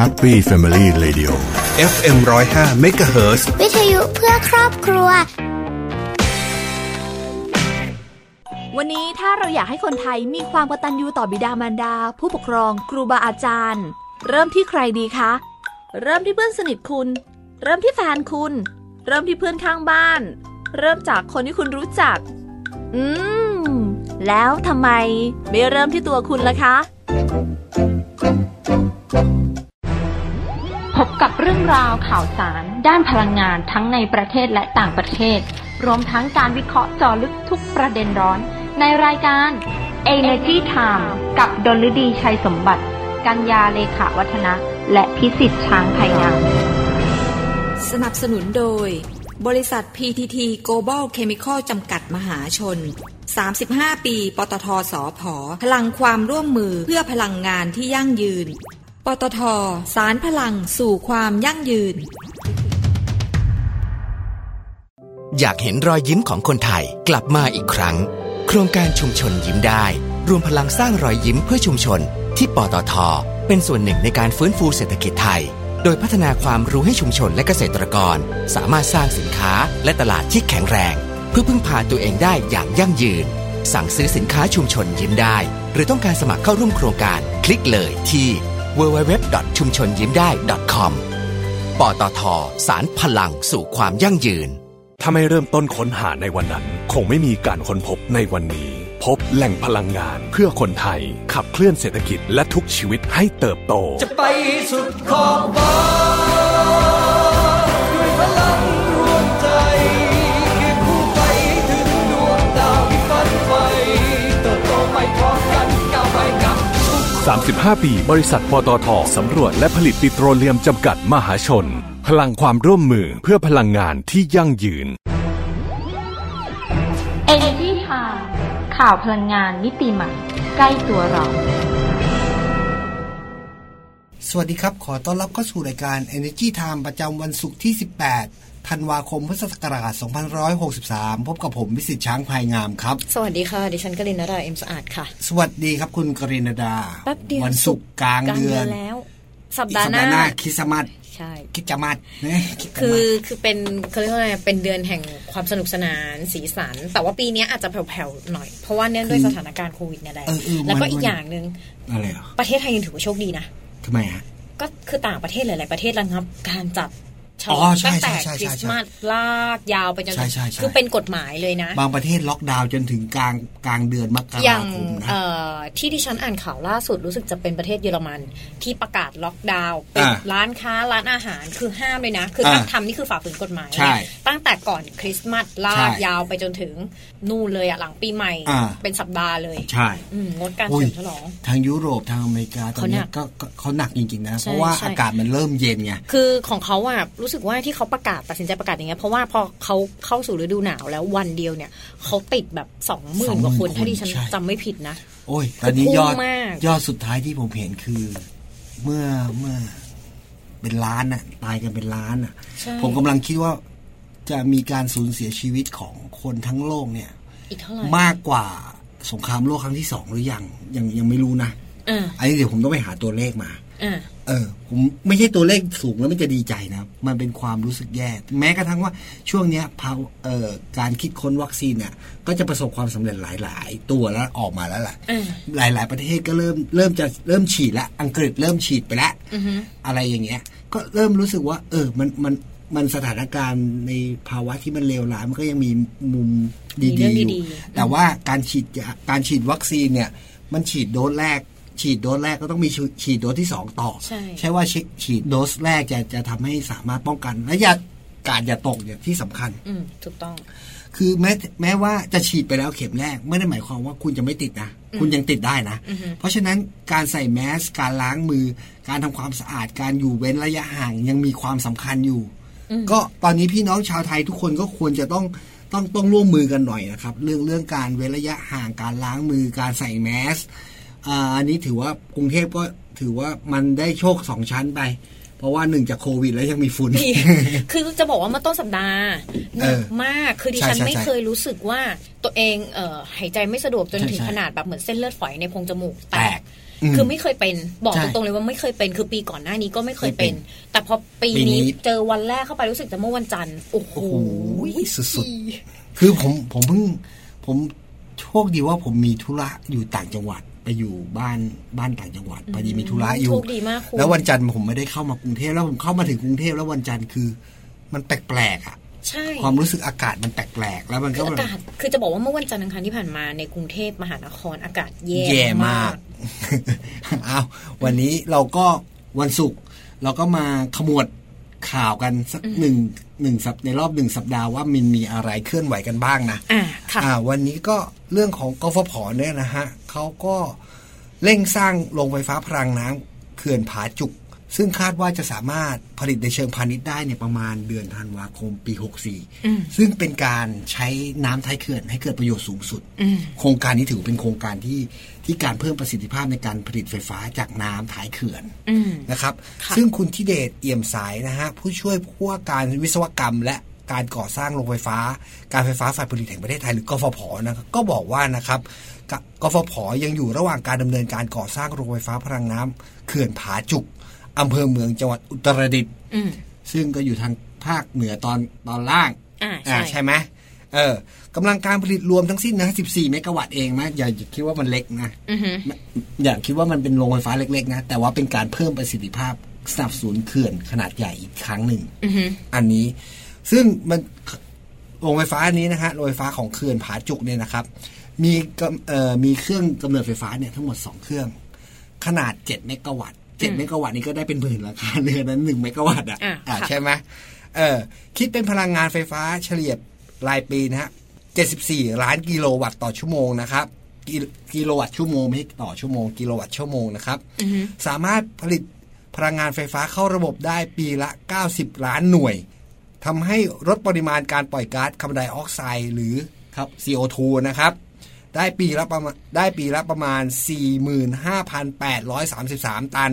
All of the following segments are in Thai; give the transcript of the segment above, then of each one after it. Happy Family Radio FM 105 m h z วิทยุเพื่อครอบครัว วันนี้ถ้าเราอยากให้คนไทยมีความกตัญญูต่อบิดามารดา ผู้ปกครอง ครูบาอาจารย์ เริ่มที่ใครดีคะ เริ่มที่เพื่อนสนิทคุณ เริ่มที่แฟนคุณ เริ่มที่เพื่อนข้างบ้าน เริ่มจากคนที่คุณรู้จัก อืม แล้วทำไม ไม่เริ่มที่ตัวคุณล่ะคะ พบกับเรื่องราวข่าวสาร ด้านพลังงานทั้งในประเทศและต่างประเทศ รวมทั้งการวิเคราะห์เจาะลึกทุกประเด็นร้อน ในรายการ Energy Time กับดนฤดีชัยสมบัติ กัญญาเลขาวัฒนะ และพิสิทธิ์ช้างไทยงาม สนับสนุนโดย บริษัท PTT Global Chemical จำกัดมหาชน 35 ปี ปตทสอพอพลังความร่วมมือเพื่อพลังงานที่ยั่งยืน ปตท สารพลังสู่ความยั่งยืน อยากเห็นรอยยิ้มของคนไทยกลับมาอีกครั้ง โครงการชุมชนยิ้มได้ รวมพลังสร้างรอยยิ้มเพื่อชุมชน ที่ปตท เป็นส่วนหนึ่งในการฟื้นฟูเศรษฐกิจไทย โดยพัฒนาความรู้ให้ชุมชนและเกษตรกร สามารถสร้างสินค้าและตลาดที่แข็งแรง เพื่อพึ่งพาตัวเองได้อย่างยั่งยืน สั่งซื้อสินค้าชุมชนยิ้มได้ หรือต้องการสมัครเข้าร่วมโครงการคลิกเลยที่ www. ชุมชนยิ้มได้ .com ปตท สารพลังสู่ความยั่งยืน ถ้าไม่เริ่มต้นค้นหาในวันนั้น คงไม่มีการค้นพบในวันนี้ พบแหล่งพลังงานเพื่อคนไทย ขับเคลื่อนเศรษฐกิจและทุกชีวิตให้เติบโต จะไปสุดขอบฟ้าด้วยพลังรวมใจเคียงคู่ไปถึงดวงดาวที่ฝันไฟเติบโตไปพร้อมกันก้าวไปกับ 35 ปี บริษัทปตทสำรวจและผลิตปิโตรเลียมจำกัดมหาชน พลังความร่วมมือเพื่อพลังงานที่ยั่งยืน Energy Time ข่าวพลังงานมิติใหม่ ใกล้ตัวเรา สวัสดีครับ ขอต้อนรับเข้าสู่รายการ Energy Time ประจำวันศุกร์ที่ 18 ธันวาคม พุทธศักราช2563 พบกับผมวิสิตช้างภายงามครับ สวัสดีค่ะ ดิฉันกลินนราเอ็มสะอาดค่ะ สวัสดีครับคุณกรินดา แป๊บเดียว วันศุกร์กลางเดือน แล้ว อี สัป ก ดา สั ห์ ป ห ดา น้า ห์หน้าคริสต์มาส ใช่ คริสต์มาสเนี่ยคริสต์มาส คือคือเป็นเขาเรียกว่าอะไรเป็นเดือนแห่งความสนุกสนานสีสัน แต่ว่าปีเนี้ยอาจจะแผ่วๆหน่อย เพราะว่าเนื่องด้วยสถานการณ์โควิดเนี่ยแหละ เออเออ แล้วก็ มัน อีกอย่างหนึ่ง อะไรเหรอ ประเทศไทยยังถือว่าโชคดีนะ ทำไมฮะ ก็คือต่างประเทศหลายๆประเทศระงับการจัดฉล อ๋ อ อง ใช่ ตั้งแต่ ใช่ใช่ คริสต์มาสลากยาวไปจน ใช่ใช่ใช่ คือเป็นกฎหมายเลยนะ บางประเทศล็อกดาวน์จนถึงกลางกลางเดือนมก อย่า ราค ง มนะ เอ่อที่ที่ฉันอ่านข่าวล่าสุดรู้สึกจะเป็นประเทศเยอรมันที่ประกาศล็อกดาวน์เป็น อ่า ร้านค้าร้านอาหารคือห้ามเลยนะ คือ อ่า ถ้าทำนี่คือฝ่าฝืนกฎหมาย ใช่ ตั้งแต่ก่อนคริสต์มาสลา ใช่ กยาวไปจนถึงนู่นเลยอะหลังปีใหม่ อ่า เป็นสัปดาห์เลย ใช่ อืมงดการ อุ้ เฉ ย ลิมฉลอง ทางยุโรปทางอเมริกาตอนเนี้ยก็ก็เขาหนักจริงๆนะ ใช่ เพราะว่า ใช่ อากาศมันเริ่มเย็นไง คือของเขาอะรู้สึกว่าที่เขาประกาศตัดสินใจประกาศอย่างเงี้ยเพราะว่าพอเขาเข้าสู่ฤดูหนาวแล้ววันเดียวเนี่ยเขาติดแบบสองหมื่นกว่าคน 20,000 ถ้าดิฉัน ใช่ จำไม่ผิดนะ โอ้ย ตอนนี้ พุ่ง ยอด มาก ยอดสุดท้ายที่ผมเห็นคือ เมื่อเมื่อเป็นล้านน่ะ ตายกันเป็นล้านน่ะ ใช่ ผมกำลังคิดว่าจะมีการสูญเสียชีวิตของคนทั้งโลกเนี่ย อีกเท่าไหร่ มากกว่าสงครามโลกครั้งที่สองหรือยังยังยังไม่รู้นะ อ่า อันนี้เดี๋ยวผมต้องไปหาตัวเลขมา อ่า เออ ผมไม่ใช่ตัวเลขสูงแล้วมันจะดีใจนะ มันเป็นความรู้สึกแย่ แม้กระทั่งว่าช่วงเนี้ยภาวเอ่อการคิดค้นวัคซีนเนี่ย ก็จะประสบความสำเร็จหลาย ๆ ตัวแล้วออกมาแล้วล่ะ อืม หลาย ๆ ประเทศก็เริ่มเริ่มจะเริ่มฉีดละอังกฤษเริ่มฉีดไปแล้วอะไรอย่างเงี้ย ก็เริ่มรู้สึกว่า เออ มันมันมันสถานการณ์ในภาวะที่มันเลวร้ายมันก็ยังมีมุม มีเรื่ ดี อง ๆอ ดี ยู่ ๆ แต่ว่าการฉีดยาการฉีดวัคซีนเนี่ย มันฉีดโดสแรก ฉีดโดสแรกก็ต้องมีฉีดฉีดโดสที่สองต่อ ใช่ ใช่ว่าฉีดฉีดโดสแรกจะจะทำให้สามารถป้องกัน และอย่าการอย่าตกเนี่ยที่สำคัญ อืมถูก ต้อง คือแม้แม้ว่าจะฉีดไปแล้วเข็มแรก ไม่ได้หมายความว่าคุณจะไม่ติดนะ คุณยังติดได้นะ เพราะฉะนั้นการใส่แมสการล้างมือ การทำความสะอาดการอยู่เว้นระยะห่างยังมีความสำคัญอยู่ ก็ตอนนี้พี่น้องชาวไทยทุกคนก็ควรจะต้องต้องต้องร่วมมือกันหน่อยนะครับ เรื่องเรื่องการเว้นระยะห่างการล้างมือการใส่แมสอ่าอันนี้ถือว่ากรุงเทพก็ถือว่ามันได้โชคสองชั้นไป เพราะว่าหนึ่งจากโควิดแล้วยังมีฝุ่น ดีคือจะบอกว่าเมื่อต้นสัปดาห์หนัก เออ มาก คือดิฉัน ใช่ใช่ ไม่ ใช่ เคยรู้สึกว่าตัวเองเอ่อหายใจไม่สะดวกจน ใช่ ถึง ใช่ ขนาดแบบเหมือนเส้นเลือดฝอยในโพรงจมูกแต แต ก ก อืม คือไม่เคยเป็นบอก ใช่ ตรงๆเลยว่าไม่เคยเป็น คือปีก่อนหน้านี้ก็ไม่เคยเป็น ไม่ แต่พอปี ปีนี้ นี้เจอวันแรกเข้าไปรู้สึกจะเมื่อวันจันทร์โอ้โห โอ้โหสุดๆ คือผมผมเพิ่งผมโชคดีว่าผมมีธุระอยู่ต่างจังหวัดไปอยู่บ้านบ้านต่างจังหวัดพอดีมีธุระอยู่ โชคดีมากคุณ แล้ววันจันทร์ผมไม่ได้เข้ามากรุงเทพแล้วผมเข้ามาถึงกรุงเทพแล้ววันจันทร์คือ มันแปลกๆอ่ะ ใช่ ความรู้สึกอากาศมันแปลกๆแล้วมัน คื ก็ อ แบ อา บ กาศ คือจะบอกว่าเมื่อวันจันทร์อังคารที่ผ่านมาในกรุงเทพมหานครอากาศแย่ แย่มาก เอาวันนี้เราก็วันศุกร์เราก็มาขมวดข่าวกันสักหนึ่งหนึ่งสัปในรอบหนึ่งสัปดาห์ว่ามันมีอะไรเคลื่อนไหวกันบ้างนะ อ่ะค่ะ อ่าวันนี้ก็เรื่องของกฟผเนี่ยนะฮะเขาก็เร่งสร้างโรงไฟฟ้าพลังน้ำเขื่อนผาจุก ซึ่งคาดว่าจะสามารถผลิตในเชิงพาณิชย์ได้เนี่ยประมาณเดือนธันวาคมปี 64 ซึ่งเป็นการใช้น้ำท้ายเขื่อนให้เกิดประโยชน์สูงสุด โครงการนี้ถือเป็นโครงการที่ที่การเพิ่มประสิทธิภาพในการผลิตไฟฟ้าจากน้ำท้ายเขื่อน อืม นะครับ ค่ะ ซึ่งคุณทิเดชเอี่ยมสายนะฮะ ผู้ช่วยผู้ว่าการวิศวกรรม และการก่อสร้างโรงไฟฟ้า การไฟฟ้าฝ่ายผลิตแห่งประเทศไทยหรือกฟผนะครับก็บอกว่านะครับกกฟผยังอยู่ระหว่างการดำเนินการก่อสร้างโรงไฟฟ้าพลังน้ำเขื่อนผาจุกอำเภอเมืองจังหวัดอุตรดิตถ์ อืม ซึ่งก็อยู่ทางภาคเหนือตอนตอนล่าง อ่า อ่า ใช่ ใช่ไหมเออกำลังการผลิตรวมทั้งสิ้นนะ 14 เมกะวัตต์เองนะอย่าอย่าคิดว่ามันเล็กนะ อือฮึ ไม่อย่าคิดว่ามันเป็นโรงไฟฟ้าเล็ก ๆ นะ แต่ว่าเป็นการเพิ่มประสิทธิภาพสนับสนุนเขื่อนขนาดใหญ่อีกครั้งหนึ่ง อือหือ อันนี้ซึ่งมันโรงไฟฟ้านี้นะฮะโรงไฟฟ้าของเขื่อนผาจุกเนี่ยนะครับ มีกำเอ่อมีเครื่องกำเนิดไฟฟ้าเนี่ยทั้งหมด 2 เครื่อง ขนาด 7 เมกะวัตต์7เมกะวัตต์นี้ก็ได้เป็นหมื่นราคาเรือนนั้น1เมกะวัตต์อ่ะ อ่ะ อ่ะ ค่ะ ใช่ไหมเออคิดเป็นพลังงานไฟฟ้าเฉลี่ยรายปีนะฮะ74 ล้านกิโลวัตต์ต่อชั่วโมงนะครับกิกิโลวัตต์ชั่วโมงไม่ใช่ต่อชั่วโมงกิโลวัตต์ชั่วโมงนะครับสามารถผลิตพลังงานไฟฟ้าเข้าระบบได้ปีละ 90 ล้านหน่วย ทำให้ลดปริมาณการปล่อยก๊าซคาร์บอนไดออกไซด์หรือครับ CO2 นะครับ ได้ปีละประมาณได้ปีละประมาณ 45,833 ตัน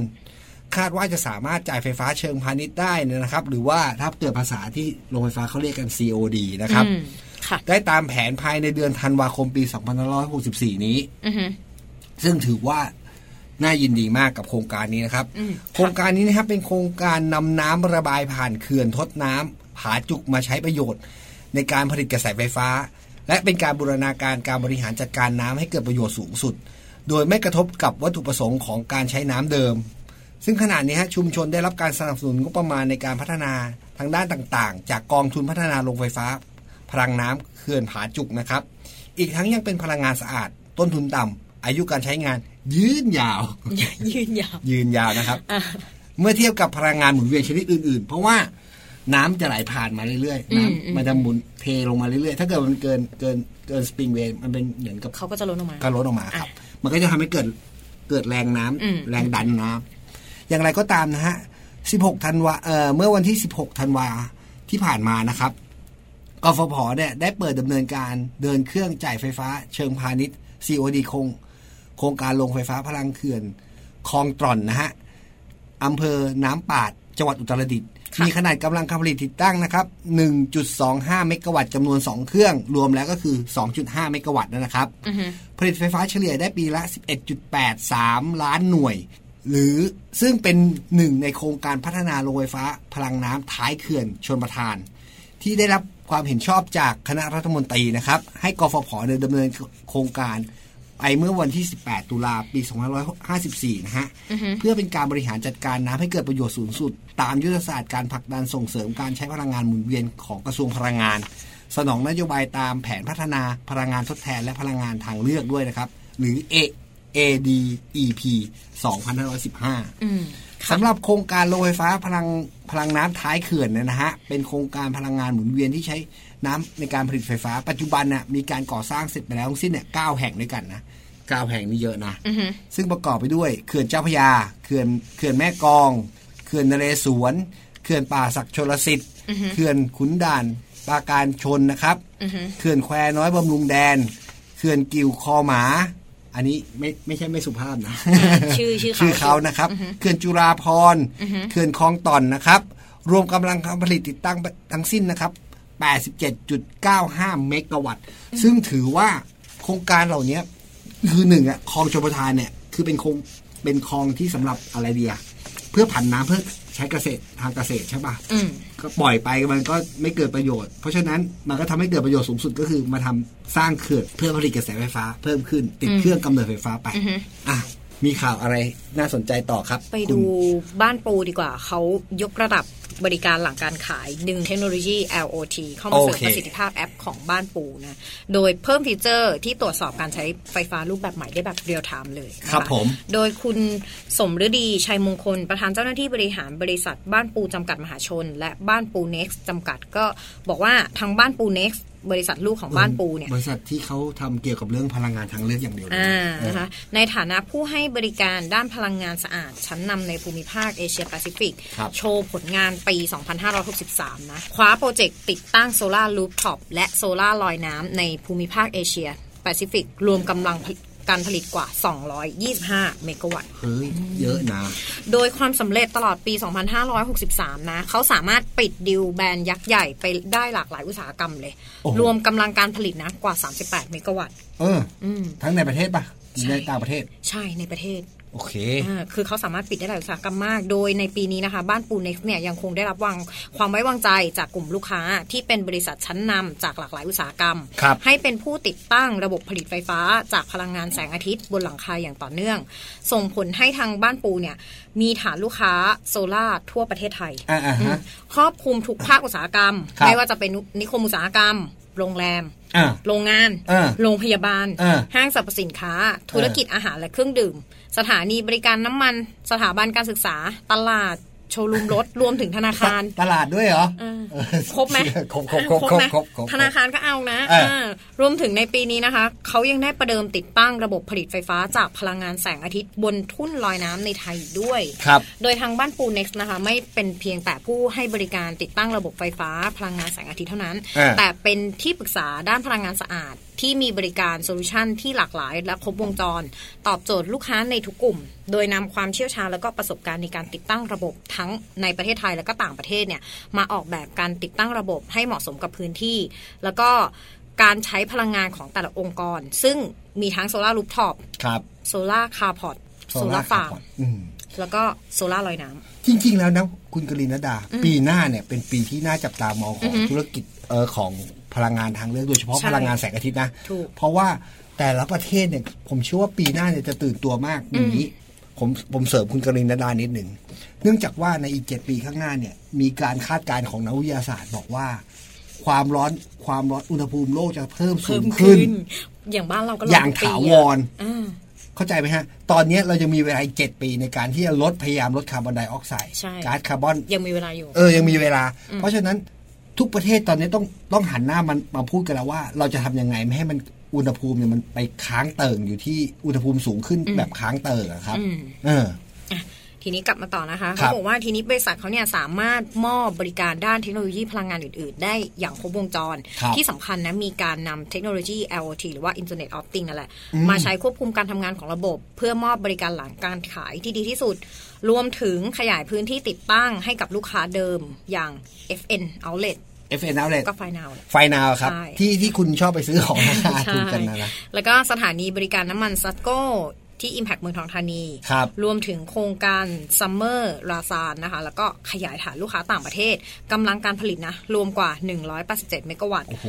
คาดว่าจะสามารถจ่ายไฟฟ้าเชิงพาณิชย์ได้เนยนะครับ หรือว่าถ้าเกิดภาษาที่โรงไฟฟ้าเขาเรียกกัน COD นะครับ อืมค่ะ ได้ตามแผนภายในเดือนธันวาคมปี 2564 นี้ อือหือ ซึ่งถือว่าน่ายินดีมากกับโครงการนี้นะครับ โครงการนี้นะครับเป็นโครงการนำน้ำระบายผ่านเขื่อนทดน้ำผาจุกมาใช้ประโยชน์ ในการผลิตกระแสไฟฟ้า และเป็นการบูรณาการการบริหารจัดการน้ำให้เกิดประโยชน์สูงสุด โดยไม่กระทบกับวัตถุประสงค์ของการใช้น้ำเดิม ซึ่งขณะนี้ฮะชุมชนได้รับการสนับสนุนงบประมาณในการพัฒนาทางด้านต่างๆ จากกองทุนพัฒนาโรงไฟฟ้า พลังน้ำเขื่อนผาจุกนะครับ อีกทั้งยังเป็นพลังงานสะอาด ต้นทุนต่ำอายุการใช้งาน ยืนยาว ยืนยาว ยืนยาวนะครับ เมื่อเทียบกับพลังงานหมุนเวียนชนิดอื่นๆ เพราะว่าน้ำจะไหลผ่านมาเรื่อยๆ น้ำมันจะหมุนเทลงมาเรื่อยๆ ถ้าเกิดมันเกินเกินเกินสปริงเวย์มันเป็นเหมือนกับ เขาก็จะลดลงมา ก็ลดออกมาครับ มันก็จะทำให้เกิดเกิดแรงน้ำ อืม แรงดันน้ำอย่างไรก็ตามนะฮะ 16 ธันวาเอ่อเมื่อวันที่ 16 ธันวาที่ผ่านมานะครับ กฟผเนี่ยได้เปิดดำเนินการเดินเครื่องจ่ายไฟฟ้าเชิงพาณิชย์ COD โครงโครงการโรงไฟฟ้าพลังเขื่อนคลองตร่อนนะฮะอำเภอน้ำปาด จังหวัดอุตรดิตถ์มีขนาดกำลังการผลิตติดตั้งนะครับ 1.25 เมกะวัตต์จำนวน 2 เครื่อง รวมแล้วก็คือ 2.5 เมกะวัตต์นะครับ ผลิตไฟฟ้าเฉลี่ยได้ปีละ 11.83 ล้านหน่วย หรือซึ่งเป็นหนึ่งในโครงการพัฒนาโรงไฟฟ้าพลังน้ำท้ายเขื่อนชนประทาน ที่ได้รับความเห็นชอบจากคณะรัฐมนตรีนะครับ ให้กฟผเนี่ยดำเนินโครงการไปเมื่อวันที่ 18 ตุลาปี 2554 นะฮะ เพื่อเป็นการบริหารจัดการน้ำให้เกิดประโยชน์สูงสุด ตามยุทธศาสตร์การผลักดันส่งเสริมการใช้พลังงานหมุนเวียนของกระทรวงพลังงาน สนองนโยบายตามแผนพัฒนาพลังงานทดแทนและพลังงานทางเลือกด้วยนะครับ หรือ A ADEP 2515 อืม สำหรับโครงการโรงไฟฟ้าพลังพลังน้ำท้ายเขื่อนเนยนะฮะเป็นโครงการพลังงานหมุนเวียนที่ใช้น้ำในการผลิตไฟฟ้า ปัจจุบันน่ะมีการก่อสร้างเสร็จไปแล้วทั้งสิ้นเนี่ยเก้าแห่งด้วยกันนะเก้าแห่งนี่เยอะนะซึ่งประกอบไปด้วยเขื่อนเจ้าพระยาเขื่อนเขื่อนแม่กลองเขื่อนนเรศวรเขื่อนป่าศักดิ์ชลสิทธิ์เขื่อนขุนด่านปราการชนนะครับเขื่อนแควน้อยบำรุงแดนเขื่อนกิ่วคอหมา อันนี้ไม่ไม่ใช่ไม่สุภาพนะ ชื่อชื่อเขา ชื่อเขา นะครับเขื่อนจุฬาพรณ์เขื่อนคลองตอนนะครับ รวมกำลังการผลิตติดตั้งทั้งสิ้นนะครับ 87.95 เมกะวัตต์ ซึ่งถือว่าโครงการเหล่านี้คือหนึ่งอะคลองชลประทานเนี่ย คือเป็นโครง เป็นคลองที่สำหรับอะไรเดียเพื่อผันน้ำเพื่อใช้เกษตรทางเกษตรใช่ปะ อืม ก็ปล่อยไปมันก็ไม่เกิดประโยชน์ เพราะฉะนั้นมันก็ทำให้เกิดประโยชน์สูงสุดก็คือมาทำสร้างเขื่อนเพื่อผลิตกระแสไฟฟ้าเพิ่มขึ้น ติดเครื่องกำเนิดไฟฟ้าไป อือฮึ อ่ะมีข่าวอะไรน่าสนใจต่อครับ ไป คุ ดู ณ บ้านปูดีกว่า เขายกระดับบริการหลังการขาย ดึงเทคโนโลยี LOT เข้ามาเสริมประสิทธิภาพแอปของบ้านปูนะ โดยเพิ่มฟีเจอร์ที่ตรวจสอบการใช้ไฟฟ้ารูปแบบใหม่ได้แบบเรียลไทม์เลยนะะ ครับผม โดยคุณสมฤดีชัยมงคล ประธานเจ้าหน้าที่บริหารบริษัทบ้านปูจำกัดมหาชน และบ้านปูเน็กซ์จำกัดก็บอกว่าทางบ้านปูเน็กซ์บริษัทลูกของบ้านปูเนี่ย บริษัทที่เขาทำเกี่ยวกับเรื่องพลังงานทางเลือกอย่างเดียวเลย อ่า เออ นะคะในฐานะผู้ให้บริการด้านพลังงานสะอาด ชั้นนำในภูมิภาคเอเชียแปซิฟิก ครับ โชว์ผลงานปี 2563 นะ คว้าโปรเจกต์ติดตั้งโซลารูฟท็อปและโซลาลอยน้ำในภูมิภาคเอเชียแปซิฟิก รวมกำลังผลิตการผลิตกว่า 225 เมกะวัตต์ เฮ้ยเยอะนะ โดยความสำเร็จตลอดปี 2563 นะ เขาสามารถปิดดิวแบรนด์ยักษ์ใหญ่ไปได้หลากหลายอุตสาหกรรมเลย รวมกำลังการผลิตนะกว่า 38 เมกะวัตต์ เออ อืม ทั้งในประเทศปะ ใช่ ในต่างประเทศ ใช่ในประเทศ โอเค อ่าคือเขาสามารถปิดได้หลายอุตสาหกรรมมาก โดยในปีนี้นะคะ บ้านปูเน็กซ์เนี่ยยังคงได้รับวางความไว้วางใจจากกลุ่มลูกค้าที่เป็นบริษัทชั้นนำจากหลากหลายอุตสาหกรรม ครับ ให้เป็นผู้ติดตั้งระบบผลิตไฟฟ้าจากพลังงานแสงอาทิตย์บนหลังคาอย่างต่อเนื่อง ส่งผลให้ทางบ้านปูเนี่ยมีฐานลูกค้าโซล่าร์ทั่วประเทศไทย อ่าอ่าฮะ ครอบคลุมทุกภาคอุตสาหกรรม ครับ ไม่ว่าจะเป็นนิคมอุตสาหกรรม โรงแรม อ่า โรงงาน เออ โรงพยาบาล เออ ห้างสรรพสินค้า ธุรกิจอาหารและเครื่องดื่ม สถานีบริการน้ำมัน สถาบันการศึกษา ตลาด โชว์รูมรถ รวมถึงธนา คาร ตลาดด้วยเหรอ เออ เออ ครบไหม ครบครบครบครบ ไหม ครบครบ ธนาคารก็เอานะ เออ เออรวมถึงในปีนี้นะคะ เขายังได้ประเดิมติดตั้งระบบผลิตไฟฟ้าจากพลังงานแสงอาทิตย์บนทุ่นลอยน้ำในไทยอีกด้วย ครับ โดยทางบ้านปูเน็กซ์นะคะ ไม่เป็นเพียงแต่ผู้ให้บริการติดตั้งระบบไฟฟ้าพลังงานแสงอาทิตย์เท่านั้น อ่า แต่เป็นที่ปรึกษาด้านพลังงานสะอาด ที่มีบริการโซลูชันที่หลากหลายและครบวงจร ตอบโจทย์ลูกค้าในทุกกลุ่ม โดยนำความเชี่ยวชาญและก็ประสบการณ์ในการติดตั้งระบบทั้งในประเทศไทยและก็ต่างประเทศเนี่ยมาออกแบบการติดตั้งระบบให้เหมาะสมกับพื้นที่ แล้วก็การใช้พลังงานของแต่ละองค์กร ซึ่งมีทั้งโซลารูฟท็อป ครับ โซลาคาร์พอตโซลาฟาร์ม อืม แล้วก็โซลาลอยน้ำ จริงๆ แล้วนะคุณกลินดา ปีหน้าเนี่ยเป็นปีที่น่าจับตามองของธุรกิจเออของพลังงานทางเลือกโดยเฉพาะ ใช่ พลังงานแสงอาทิตย์นะ ถูก เพราะว่าแต่ละประเทศเนี่ยผมเชื่อว่าปีหน้าเนี่ยจะตื่นตัวมากอย่างนี้ผมผมเสริมคุณกลินดานิดหนึ่งเนื่องจากว่าในอีกเจ็ดปีข้างหน้าเนี่ยมีการคาดการณ์ของนักวิทยาศาสตร์บอกว่า ความร้อนความร้อนอุณหภูมิโลกจะเพิ่มสู เพิ่ม ง ขึ้ ขึ้ น น อย่างบ้านเราก็ล อย่าง ปีะ ถาวร อ่า เข้าใจไหมฮะ ตอนเนี้ยเราจะมีเวลาอีกเจ็ดปีในการที่จะลดพยายามลดคาร์บอนไดออกไซด์ก๊าซคาร์บอน ยังมีเวลาอยู่ เออ ยังมีเวลา เพราะฉะนั้นทุกประเทศตอนนี้ต้องต้องหันหน้ามันมาพูดกันแล้วว่า เราจะทำยังไงไม่ให้มันอุณหภูมิเนี่ยมันไปค้างเติ่งอยู่ที่อุณหภูมิสูงขึ้นแบบค้างเติ่งอะครับ อืม เออ ทีนี้กลับมาต่อนะคะ ครั เขา บ บอกว่าทีนี้บริษัทเขาเนี่ยสามารถมอบบริการด้านเทคโนโลยีพลังงานอื่น ๆ ได้อย่างครบวงจร ครับ ที่สำคัญนะมีการนำเทคโนโลยี IoT หรือว่า Internet of Things นั่นแหละ มาใช้ควบคุมการทำงานของระบบ เพื่อมอบบริการหลังการขายที่ดีที่สุด รวมถึงขยายพื้นที่ติดตั้งให้กับลูกค้าเดิมอย่าง FN Outlet FN Outlet ก็ Final ไฟนาวครับ ใช่ ที่ที่คุณชอบไปซื้อ ของราคาถูกกันนะนะ แล้วก็สถานีบริการน้ำมันซัตโก้ที่ Impact เมืองทองธานี ครับ รวมถึงโครงการซัมเมอร์ราซานนะคะ แล้วก็ขยายฐานลูกค้าต่างประเทศกำลังการผลิตนะ รวมกว่า 187 เมกะวัตต์ โอ้โห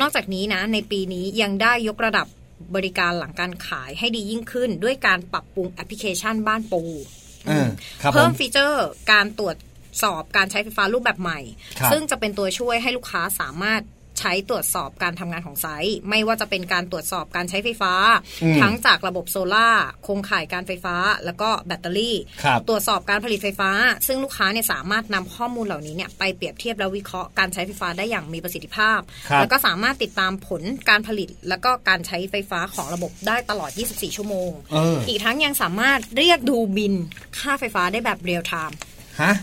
นอกจากนี้นะ ในปีนี้ยังได้ยกระดับบริการหลังการขายให้ดียิ่งขึ้น ด้วยการปรับปรุงแอปพลิเคชันบ้านปู เออครับ เพิ่ม ผม ฟีเจอร์การตรวจสอบการใช้ไฟฟ้ารูปแบบใหม่ ครับ ซึ่งจะเป็นตัวช่วยให้ลูกค้าสามารถใช้ตรวจสอบการทำงานของไซต์ ไม่ว่าจะเป็นการตรวจสอบการใช้ไฟฟ้า อืม ทั้งจากระบบโซลา่าร์โครงข่ายการไฟฟ้า แล้วก็แบตเตอรี่ ครับ ตรวจสอบการผลิตไฟฟ้า ซึ่งลูกค้าเนี่ยสามารถนำข้อมูลเหล่านี้เนี่ยไปเปรียบเทียบและวิเคราะห์การใช้ไฟฟ้าได้อย่างมีประสิทธิภาพ ครับ แล้วก็สามารถติดตามผลการผลิต แล้วก็การใช้ไฟฟ้าของระบบได้ตลอด 24 ชั่วโมง เออ อีกทั้งยังสามารถเรียกดูบินค่าไฟฟ้าได้แบบเรียลไทม์ ฮะ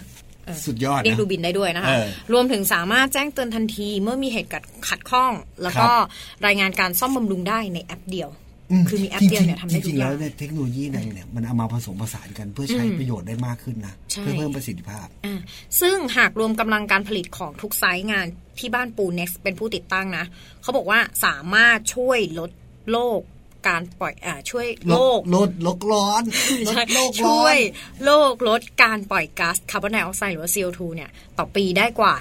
เออ สุดยอด เรียก นะ ดูบินได้ด้วยนะคะ เออ รวมถึงสามารถแจ้งเตือนทันทีเมื่อมีเหตุขัดข้อง แล้วก็ ครั รายงานการซ่อมบำรุงได้ในแอปเดียว ม คือมีแอปเดียวเนี่ยทำได้ จ ทุ ริ ก งๆ อ แล้ ย่าง วเนี่ยเทคโนโลยีนั้นเนี่ยมันเอามาผสมผสานกันเพื่อใช้ประโยชน์ได้มากขึ้นนะ ใช่ เพื่อเพิ่มประสิทธิภาพ อ่าซึ่งหากรวมกำลังการผลิตของทุกไซต์งานที่บ้านปูเน็กเป็นผู้ติดตั้งนะ เขาบอกว่าสามารถช่วยลดโลก การปล่อยอาช่วยโลก ลดลดร้อนลด ใช่ โลกร้ ช่ อ วน ยโลกลดการปล่อยก๊าซคาร์บอนไดออกไซด์หรือว่า CO2 เนี่ย ต่อปีได้กว่า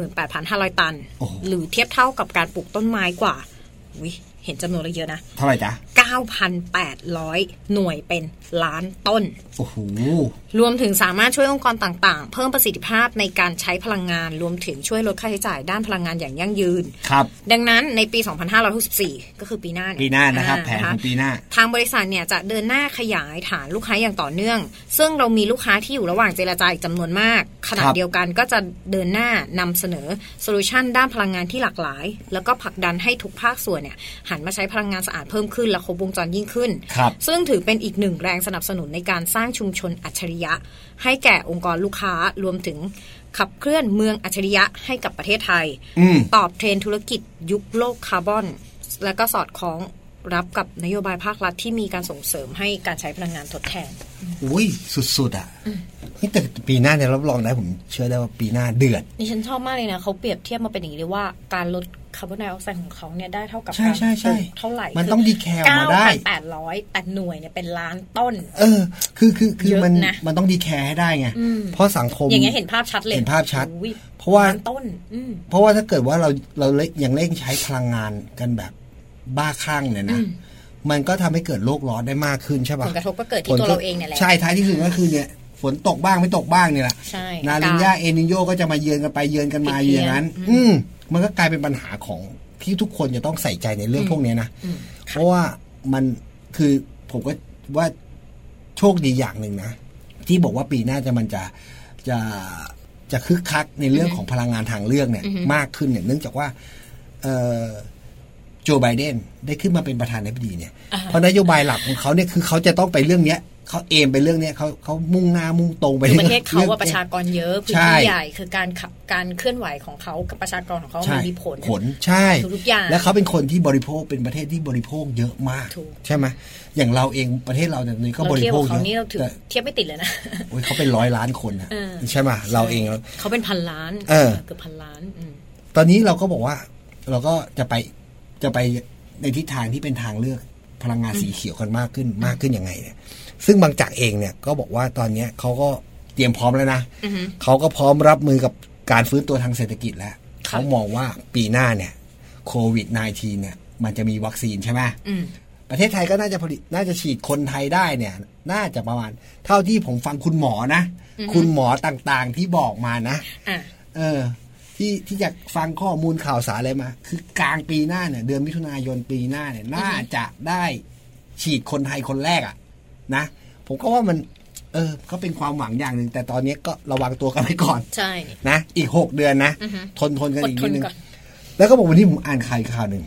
168,500 ตัน โอ้โห หรือเทียบเท่ากับการปลูกต้นไม้กว่าอุ๊ยเห็นจำนวนแล้วเยอะนะ เท่าไหร่จ๊ะ 9,800 หน่วยเป็นล้านต้น โอ้โห รวมถึงสามารถช่วยองค์กรต่างๆ เพิ่มประสิทธิภาพในการใช้พลังงาน รวมถึงช่วยลดค่าใช้จ่ายด้านพลังงานอย่างยั่งยืน ครับ ดังนั้นในปี 2564 ก็คือปีหน้าเย ปีหน้านะครับ อ่ แผนของปีหน้า ทางบริษัทเนี่ยจะเดินหน้าขยายฐานลูกค้าอย่างต่อเนื่อง ซึ่งเรามีลูกค้าที่อยู่ระหว่างเจรจาอีกจำนวนมาก ขณะเดียวกันก็จะเดินหน้านำเสนอโซลูชันด้านพลังงานที่หลากหลาย แล้วก็ผลักดันให้ทุกภาคส่วนเนี่ยหันมาใช้พลังงานสะอาดเพิ่มขึ้นและครบวงจรยิ่งขึ้น ครับ ซึ่งถือเป็นอีกหนึ่งแรงสนับสนุนในการสร้างชุมชนอัจฉริยะ ให้แก่องค์กรลูกค้ารวมถึงขับเคลื่อนเมืองอัจฉริยะให้กับประเทศไทย อืม ตอบเทรนด์ธุรกิจยุคโลกคาร์บอน และก็สอดคล้องรับกับนโยบายภาครัฐที่มีการส่งเสริมให้การใช้พลังงานทดแทน อุ้ยสุดๆอ่ะนี่แต่ปีหน้าเนี่ยรับรองได้ผมเชื่อได้ว่าปีหน้าเดือด นี่ฉันชอบมากเลยนะ เขาเปรียบเทียบมาเป็นอย่างนี้เลยว่าการลดคาร์บอนไดออกไซด์ของเขาเนี่ยได้เท่ากับ ใช่ การ ใช่ใช่ ปลูกเท่าไหร่ มันต้องดีแคลมาได้ แปดร้อยแต่หน่วยเนี่ยเป็นล้านต้น เออ คือคือคือ เยอะ มัน นะ มันต้องดีแคร์ให้ได้ไง อืม เพราะสังคม อย่างเงี้ยเห็นภาพชัดเลย เห็นภาพชัด อุ๊ย เพราะว่า ล้นต้น อืม เพราะว่าถ้าเกิดว่าเราเราเล่นยังเร่งใช้พลังงานกันแบบบ้าคลั่งเนี่ยนะ มันก็ทำให้เกิดโลกร้อนได้มากขึ้นใช่ปะ ผลกระทบก็เกิดที่ ผล ตัวเราเองเนี่ยแหละ ใช่ท้ายที่สุดก็คือเนี่ย ฝนตกบ้างไม่ตกบ้างเนี่ยแหละ ใช่ นาลินยาเอนิโยก็จะมาเยือนกันไปเยือนกันมาอยู่อย่างนั้น อืมมันก็กลายเป็นปัญหาของที่ทุกคนจะต้องใส่ใจในเรื่องพวกเนี้ยนะเพราะว่ามันคือผมก็ว่าโชคดีอย่างหนึ่งนะ ที่บอกว่าปีหน้าจะมันจะจะจะคึกคักในเรื่องของพลังงานทางเลือกเนี่ย มากขึ้นเนี่ยเนื่องจากว่า เอ่อโจไบเดนได้ขึ้นมาเป็นประธานาธิบดีเนี่ย เพราะนโยบายหลักของเขาเนี่ยคือเขาจะต้องไปเรื่องเนี้ยเขาเอมไปเรื่องเนี้ยเขาเขามุ่งหน้ามุ่งตรงไป คือ อง ประเทศเขาว่า อง ประชากรเยอะพื้น ใช่ ที่ใหญ่คือการขับการเคลื่อนไหวของเขากับประชากรของเขา ใช่ มันมีผล ผลใช่ ทุกๆอย่าง และเขาเป็นคนที่บริโภคเป็นประเทศที่บริโภคเยอะมาก ถูก ใช่ไหมอย่างเราเองประเทศเราเนี่ยนี่ก็ เรา บริ เทียบ โภ กับคเย เขา อะ นี่เราถือ แต่ เทียบไม่ติดเลยนะ โอ้ยเขาเป็นร้อยล้านคนนะ เออ ใช่ไหมเราเอง เขาเป็นพันล้าน เออ เกือบพันล้านอืม ตอนนี้เราก็บอกว่า เราก็จะไปจะไปในทิศทางที่เป็นทางเลือกพลังงานสีเขียวกันมากขึ้นมากขึ้นยังไงเนี่ย ซึ่งบางจากเองเนี่ยก็บอกว่าตอนเนี้ยเขาก็เตรียมพร้อมแล้วนะเขาก็พร้อมรับมือกับการฟื้นตัวทางเศรษฐกิจแล้วเขามองว่าปีหน้าเนี่ยโควิด -19 เนี่ย มันจะมีวัคซีนใช่ไหม อืม ประเทศไทยก็น่าจะผลิตน่าจะฉีดคนไทยได้เนี่ย น่าจะประมาณ เท่าที่ผมฟังคุณหมอนะคุณหมอต่างๆที่บอกมานะ อ่ะ เออที่ที่จากฟังข้อมูลข่าวสารอะไรมา คือกลางปีหน้าเนี่ยเดือนมิถุนายนปีหน้าเนี่ยน่าจะได้ฉีดคนไทยคนแรกอะนะ ผมก็ว่ามัน เออ ก็เป็นความหวังอย่างหนึ่งแต่ตอนนี้ก็ระวังตัวกันไว้ก่อน ใช่ นะอีกหกเดือนนะ ทนทนกัน อด อีก ท นิ น ดนึง ก่อน แล้วก็บอกวันที่ผมอ่านข่าวอีกข่าวหนึ่ง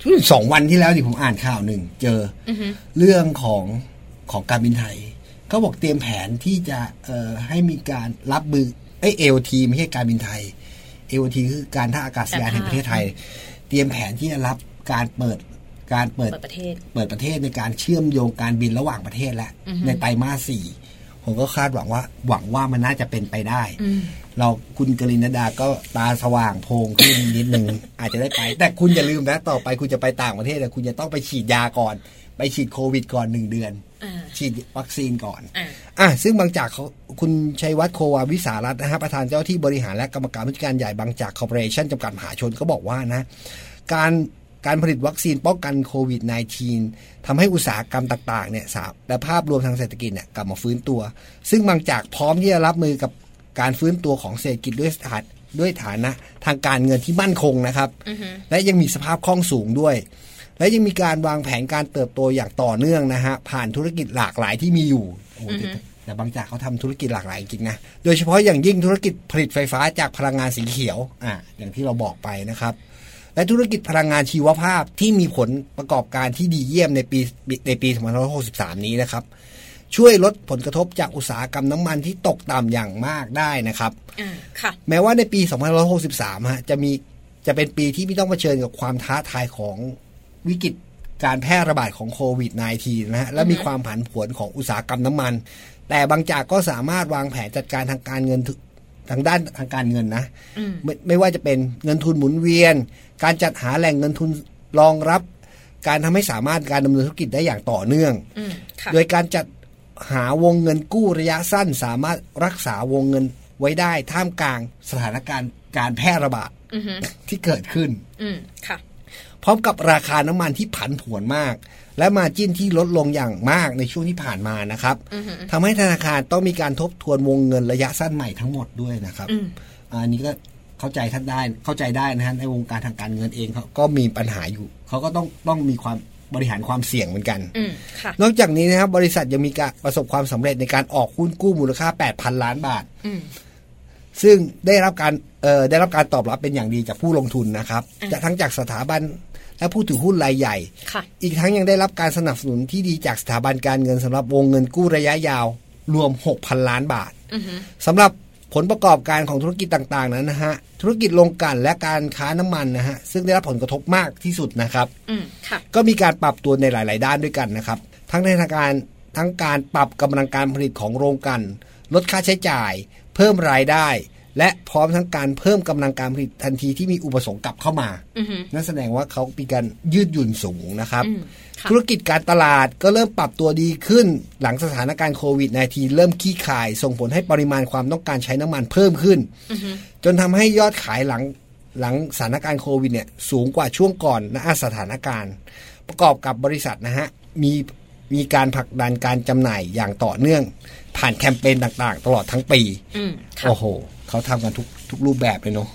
ช่วงสองวันที่แล้วที่ผมอ่านข่าวหนึ่งเจออเรื่องของของการบินไทยเขาบอกเตรียมแผนที่จะเอ่อให้มีการรับมือเอ้เอลทีไม่ใช่การบินไทยเอลทีคือการท่าอากาศยานแห่งประเทศไทย เตรียมแผนที่จะรับการเปิดการเปิด เปิดประเทศ เปิดประเทศในการเชื่อมโยงการบินระหว่างประเทศแล้วในไตรมาสสี่ผมก็คาดหวังว่า หวังว่ามันน่าจะเป็นไปได้ เราคุณกลินดาก็ตาสว่างโพลงขึ้น นิดนึง อาจจะได้ไป แต่คุณอย่าลืมนะ ต่อไปคุณจะไปต่างประเทศเนี่ยคุณจะต้องไปฉีดยาก่อน ไปฉีดโควิดก่อนหนึ่งเดือน ฉีดวัคซีนก่อน อ่ะซึ่งบางจากเขาคุณชัยวัฒน์โควาวิสารัตน์นะฮะประธานเจ้าที่บริหารและกรรมการผู้จัดการใหญ่บางจากคอร์ปอเรชั่นจำกัดมหาชนก็บอกว่านะ การการผลิตวัคซีนป้องกันโควิด -19 ทำให้อุตสาหกรรมต่างๆเนี่ยสาและภาพรวมทางเศรษฐกิจเนี่ยกลับมาฟื้นตัว ซึ่งบางจากพร้อมที่จะรับมือกับการฟื้นตัวของเศรษฐกิจด้วยสถานด้วยฐานะทางการเงินที่มั่นคงนะครับ และยังมีสภาพคล่องสูงด้วย และยังมีการวางแผนการเติบโตอย่างต่อเนื่องนะฮะ ผ่านธุรกิจหลากหลายที่มีอยู่โอ้โหแต่แต่บางจากเขาทำธุรกิจหลากหลายจริงๆนะ โดยเฉพาะอย่างยิ่งธุรกิจผลิตไฟฟ้าจากพลังงานสีเขียวอ่ะอย่างที่เราบอกไปนะครับ และธุรกิจพลังงานชีวภาพที่มีผลประกอบการที่ดีเยี่ยมในปีในปี2563 นี้นะครับ ช่วยลดผลกระทบจากอุตสาหกรรมน้ำมันที่ตกต่ำอย่างมากได้นะครับ อ่ะค่ะ แม้ว่าในปี 2563 ฮะ จะมี จะเป็นปีที่ไม่ต้องเผชิญกับความท้าทายของวิกฤตการแพร่ระบาดของโควิด -19 นะฮะ และมีความผันผวนของอุตสาหกรรมน้ำมัน แต่บางจากก็สามารถวางแผนจัดการทางการเงินถึทางด้านทางการเงินนะ ไมไม่ว่าจะเป็นเงินทุนหมุนเวียน การจัดหาแหล่งเงินทุนรองรับ การทำให้สามารถการดำเนินธุรกิจได้อย่างต่อเนื่อง อืมค่ะ โดยการจัดหาวงเงินกู้ระยะสั้น สามารถรักษาวงเงินไว้ได้ท่ามกลางสถานการณ์การแพร่ระบาด อือฮึ ที่เกิดขึ้น อืมค่ะ พร้อมกับราคาน้ำมันที่ผันผวนมาก และมาจิ้นที่ลดลงอย่างมากในช่วงที่ผ่านมานะครับทำให้ธนาคารต้องมีการทบทวนวงเงินระยะสั้นใหม่ทั้งหมดด้วยนะครับอาอันนี้ก็เข้าใจท่านได้เข้าใจได้นะฮะในวงการทางการเงินเองเขาก็มีปัญหาอยู่ เขาก็ต้องต้องมีความบริหารความเสี่ยงเหมือนกัน อืมค่ะ นอกจากนี้นะครับบริษัทยังมีการประสบความสำเร็จในการออกหุ้นกู้มูลค่า 8,000 ล้านบาท อืม ซึ่งได้รับการเอ่อได้รับการตอบรับเป็นอย่างดีจากผู้ลงทุนนะครับ อ่า จากทั้งจากสถาบันและผู้ถือหุ้นรายใหญ่ ค่ะ อีกทั้งยังได้รับการสนับสนุนที่ดีจากสถาบันการเงินสำหรับวงเงินกู้ระยะยาว รวม 6,000 ล้านบาท อือฮึ สำหรับผลประกอบการของธุรกิจต่างๆนั้นนะฮะธุรกิจโรงกลั่นและการค้าน้ำมันนะฮะซึ่งได้รับผลกระทบมากที่สุดนะครับ อืมค่ะ ก็มีการปรับตัวในหลาย ๆ ด้านด้วยกันนะครับ ทั้งในทางการทั้งการปรับกำลังการผลิตของโรงกลัน ลดค่าใช้จ่าย เพิ่มรายได้ และพร้อมทั้งการเพิ่มกำลังการผลิตทันทีที่มีอุปสงค์กลับเข้ามา อือฮึ นั่นแสดงว่าเขามีการยืดหยุ่นสูงนะครับ อืมค่ะ ธุรกิจการตลาดก็เริ่มปรับตัวดีขึ้น หลังสถานการณ์โควิด -19 เริ่มขี้ขาย ส่งผลให้ปริมาณความต้องการใช้น้ำมันเพิ่มขึ้น จนทำให้ยอดขายหลังหลังสถานการณ์โควิดเนี่ยสูงกว่าช่วงก่อนหนะสถานการณ์ ประกอบกับบริษัทนะฮะมีมีการผลักดันการจำหน่ายอย่างต่อเนื่อง ผ่านแคมเปญต่างๆ ตลอดทั้งปี อืมค่ะ โอ้โห เขาทำกันทุกทุกรูปแบบเลยเนาะ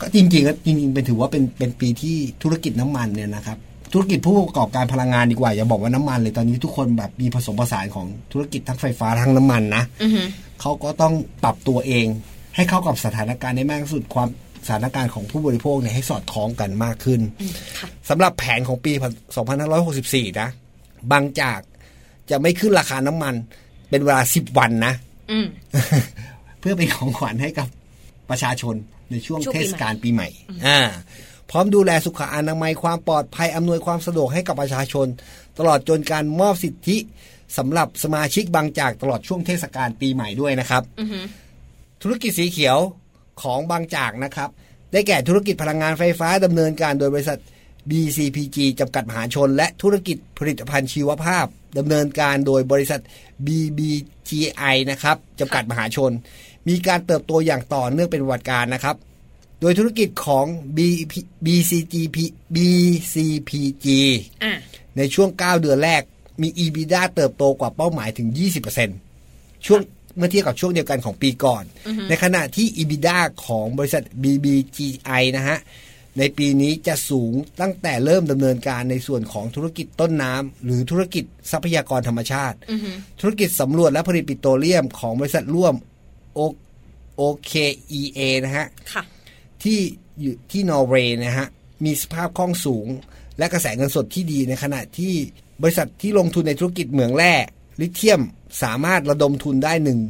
ก็จริงๆก็จริงๆเป็นถือว่าเป็นเป็นปีที่ธุรกิจน้ำมันเนี่ยนะครับ ธุรกิจผู้ประกอบการพลังงานดีกว่า อย่าบอกว่าน้ำมันเลยตอนนี้ทุกคนแบบมีผสมผสานของธุรกิจทั้งไฟฟ้าทั้งน้ำมันนะ อือฮึ เขาก็ต้องปรับตัวเอง ให้เข้ากับสถานการณ์ได้มากที่สุดความสถานการณ์ของผู้บริโภคเนี่ยให้สอดคล้องกันมากขึ้น ค่ะ สำหรับแผนของปี 2564 นะ บางจากจะไม่ขึ้นราคาน้ำมัน เป็นเวลา 10 วันนะ อืม เพื่อเป็นของขวัญให้กับ ประชาชนในช่วง ช่วงปีใหม่ เทศกาลปีใหม่ อ่า พร้อมดูแลสุขอนามัยความปลอดภัยอำนวยความสะดวกให้กับประชาชน ตลอดจนการมอบสิทธิสำหรับสมาชิกบางจากตลอดช่วงเทศกาลปีใหม่ด้วยนะครับ อือฮึ ธุรกิจสีเขียวของบางจากนะครับ ได้แก่ธุรกิจพลังงานไฟฟ้าดำเนินการโดยบริษัท BCPG จำกัดมหาชน และธุรกิจผลิตภัณฑ์ชีวภาพดำเนินการโดยบริษัท BBGI นะครับจำกัดมหาชน มีการเติบโตอย่างต่อเนื่องเป็นประวัติการนะครับ โดยธุรกิจของ BP BCGP BCPG อ่า ในช่วง 9 เดือนแรกมี EBITDA เติบโตกว่าเป้าหมายถึง 20%ช่วงเมื่อเทียบกับช่วงเดียวกันของปีก่อน ในขณะที่ EBITDA ของบริษัท BBGI นะฮะ ในปีนี้จะสูงตั้งแต่เริ่มดำเนินการในส่วนของธุรกิจต้นน้ำหรือธุรกิจทรัพยากรธรรมชาติ ธุรกิจสำรวจและผลิตปิโตรเลียมของบริษัทร่วม O- OKEA นะฮะ ค่ะ ที่อยู่ที่นอร์เวย์นะฮะ มีสภาพคล่องสูง และกระแสเงินสดที่ดีในขณะที่บริษัทที่ลงทุนในธุรกิจเหมืองแร่ลิเทียมสามารถระดมทุนได้หนึ่ง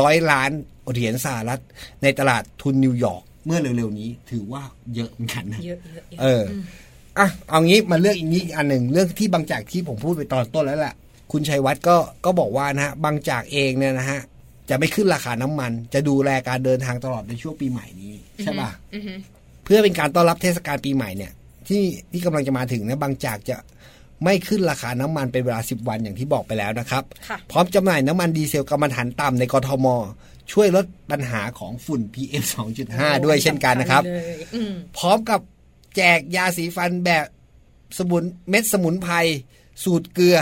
ร้อยล้านเหรียญสหรัฐ ในตลาดทุนนิวยอร์กเมื่อเร็วๆนี้ถือว่าเยอะเหมือนกันนะ เยอะเยอะเยอะ เอออ่ะเอางี้มาเลือกอีกนี้อีกอันหนึ่งเรื่องที่บางจากที่ผมพูดไปตอนต้นแล้วแหละคุณชัยวัฒน์ก็ก็บอกว่านะฮะบางจากเองเนี่ยนะฮะจะไม่ขึ้นราคาน้ำมัน จะดูแลการเดินทางตลอดในช่วงปีใหม่นี้ใช่ป่ะเพื่อเป็นการต้อนรับเทศกาลปีใหม่เนี่ย ที่ที่กำลังจะมาถึงนะบางจากจะไม่ขึ้นราคาน้ำมันเป็นเวลา 10 วันอย่างที่บอกไปแล้วนะครับ ค่ะ พร้อมจำหน่ายน้ำมันดีเซลกำมันถันต่ำในกทม ช่วยลดปัญหาของฝุ่น PM 2.5 ด้วยเช่นกันนะครับ เลยอืม พร้อมกับแจกยาสีฟันแบบสมุนเม็ดสมุนไพรสูตรเกลือ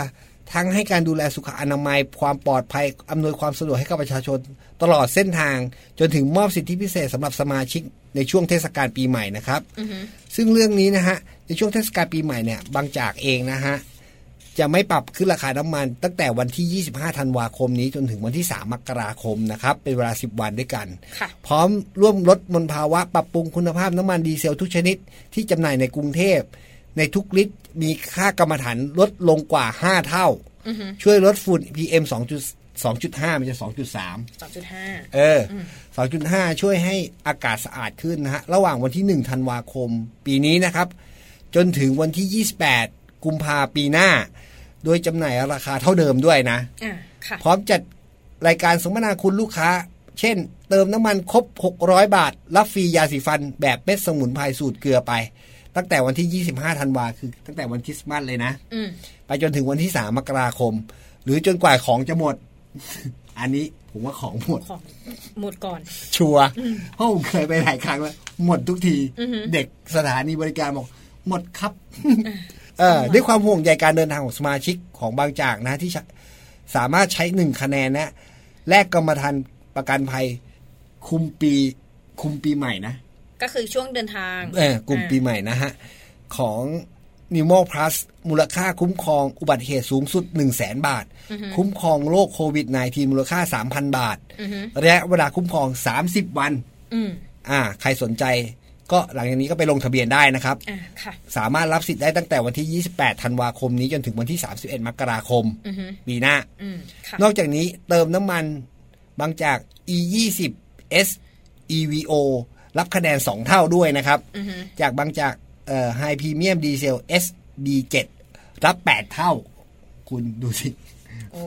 ทั้งให้การดูแลสุขอนามัย ความปลอดภัยอำนวยความสะดวกให้กับประชาชน ตลอดเส้นทาง จนถึงมอบสิทธิพิเศษสำหรับสมาชิกในช่วงเทศกาลปีใหม่นะครับ ซึ่งเรื่องนี้นะฮะในช่วงเทศกาลปีใหม่เนี่ยบางจากเองนะฮะ จะไม่ปรับขึ้นราคาน้ำมัน ตั้งแต่วันที่ 25 ธันวาคมนี้จนถึงวันที่ 3 มกราคมนะครับ เป็นเวลา 10 วันด้วยกัน ค่ะ พร้อมร่วมลดมลภาวะ ปรับปรุงคุณภาพน้ำมันดีเซลทุกชนิด ที่จำหน่ายในกรุงเทพ ในทุกลิตรมีค่ากรรมฐานลดลงกว่า 5 เท่า ช่วยลดฝุ่น PM 2.2.5 มันจะ 2.3 สองจุดห้า เออสองจุดห้าช่วยให้อากาศสะอาดขึ้นนะฮะ ระหว่างวันที่หนึ่งธันวาคม ปีนี้นะครับ จนถึงวันที่ยี่สิบแปดกุมภาปีหน้า โดยจำหน่ายราคาเท่าเดิมด้วยนะ อ่า ค่ะ พร้อมจัดรายการสมนาคุณลูกค้า เช่น เติมน้ำมันครบ 600 บาท รับฟรียาสีฟันแบบเม็ดสมุนไพรสูตรเกลือไป ตั้งแต่วันที่ 25ธันวาคือ ตั้งแต่วันคริสต์มาสเลยนะ อืม ไปจนถึงวันที่ 3 มกราคม หรือจนกว่าของจะหมด อันนี้ผมว่าของหมด ของหมดก่อน ชัวร์เพราะผมเคยไปหลายครั้งแล้ว หมดทุกที อือหือ เด็กสถานีบริการบอก หมดครับ เออด้วยความห่วงใยการเดินทางของสมาชิกของบางจากนะ ที่ใช้สามารถใช้หนึ่งคะแนนนะแลกกรรมธรรม์ประกันภัย คุมปี คุมปีใหม่นะ ก็คือช่วงเดินทาง เออกลุ่มปีใหม่นะฮะ ของ n i m a l Plus มูลค่าคุ้มครองอุบัติเหตุสูงสุด 1 0 0 0 0แบาท คุ้มครองโรคโควิด -19 มูลค่า 3,000 บาท ระยะเวลาคุ้มครอง 30 วัน อืม อ่า ใครสนใจก็หลังจากนี้ก็ไปลงทะเบียนได้นะครับ อ่ะค่ะ สามารถรับสิทธิ์ได้ตั้งแต่วันที่ 28 ธันวาคมนี้จนถึงวันที่ 31 มกราคม อือฮึ ปีหน้า อืมค่ะ นอกจากนี้เติมน้ำมันบางจาก e 2 0 s evo รับคะแนน 2 เท่าด้วยนะครับ จากบางจากไฮพรีเมียมดีเซล sb 7รับ 8 เท่า คุณดูสิ โอ้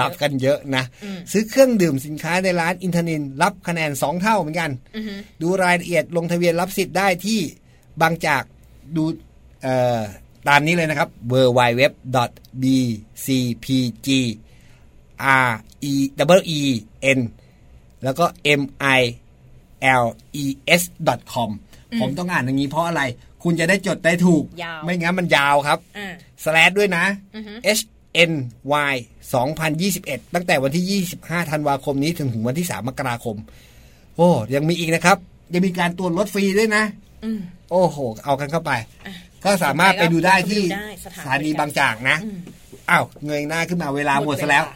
รับกันเยอะนะ ซื้อเครื่องดื่มสินค้าในร้านอินทนิน รับคะแนน 2 เท่าเหมือนกัน ดูรายละเอียดลงทะเบียนรับสิทธิ์ได้ที่บางจากดูเอ่อตามนี้เลยนะครับ w w w b c p g R E W E N แล้วก็ M I L E S com ผมต้องอ่านอย่างนี้เพราะอะไร คุณจะได้จดได้ถูก ยาว ไม่งั้นมันยาวครับ อ่า สแลดด้วยนะ H N Y 2021 ตั้งแต่วันที่ 25 ธันวาคมนี้ถึงถึงวันที่ 3 มกราคม โอ้ ยังมีอีกนะครับ ยังมีการตรวจรถฟรีด้วยนะ โอ้โห เอากันเข้าไป ก็สามารถไปดูได้ที่ ไปดูได้ส ส ถาน ถานีบางจากนะ อ้าว เงยหน้าขึ้นมาเวลาหมดซะแล้ว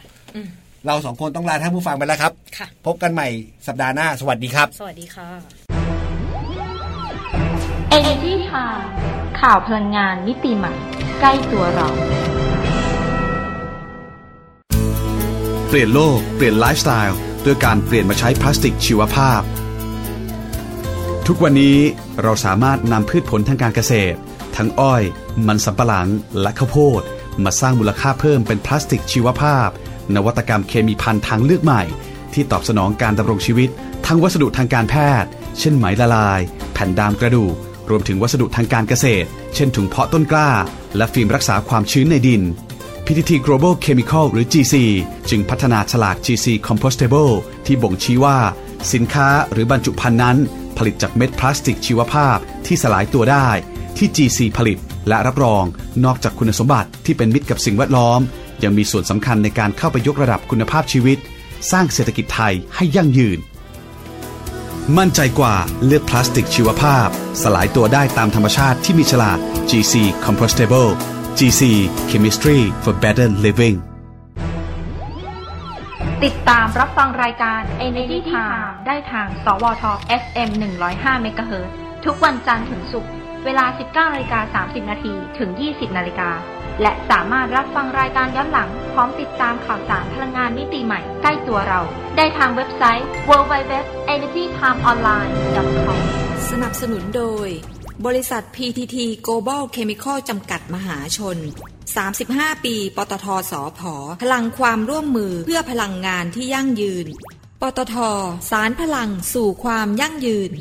เราสองคนต้องลาท่านผู้ฟังไปแล้วครับ ค่ะ พบกันใหม่สัปดาห์หน้า สวัสดีครับ สวัสดีค่ะ Energy Time ข่าวพลังงานมิติใหม่ ใกล้ตัวเรา เปลี่ยนโลก เปลี่ยนไลฟ์สไตล์ด้วยการเปลี่ยนมาใช้พลาสติกชีวภาพ ทุกวันนี้เราสามารถนำพืชผลทางการเกษตร ทั้งอ้อย มันสำปะหลัง และข้าวโพด มาสร้างมูลค่าเพิ่มเป็นพลาสติกชีวภาพ นวัตกรรมเคมีพันทางเลือกใหม่ ที่ตอบสนองการดำรงชีวิต ทั้งวัสดุทางการแพทย์ เช่นไหมละลาย แผ่นดามกระดูก รวมถึงวัสดุทางการเกษตร เช่นถุงเพาะต้นกล้า และฟิล์มรักษาความชื้นในดิน PTT Global Chemical หรือ GC จึงพัฒนาฉลาก GC Compostable ที่บ่งชี้ว่า สินค้าหรือบรรจุภัณฑ์นั้น ผลิตจากเม็ดพลาสติกชีวภาพที่สลายตัวได้ ที่ GC ผลิตและรับรองนอกจากคุณสมบัติที่เป็นมิตรกับสิ่งแวดล้อม ยังมีส่วนสำคัญในการเข้าไปยกระดับคุณภาพชีวิต สร้างเศรษฐกิจไทยให้ยั่งยืน มั่นใจกว่าเลือกพลาสติกชีวภาพ สลายตัวได้ตามธรรมชาติที่มีฉลาก GC Compostable GC Chemistry for Better Living ติดตามรับฟังรายการ Energy Time ได้ทาง สวท FM 105 MHz ทุกวันจันทร์ถึงศุกร์ เวลา 19นาฬิกา30 นาทีถึง 20นาฬิกา และสามารถรับฟังรายการย้อนหลัง พร้อมติดตามข่าวสารพลังงานมิติใหม่ใกล้ตัวเรา ได้ทางเว็บไซต์ www.energytimeonline.com สนับสนุนโดย บริษัท PTT Global Chemical จำกัดมหาชน 35 ปี ปตทสผ พลังความร่วมมือเพื่อพลังงานที่ยั่งยืน ปตท สารพลังสู่ความยั่งยืน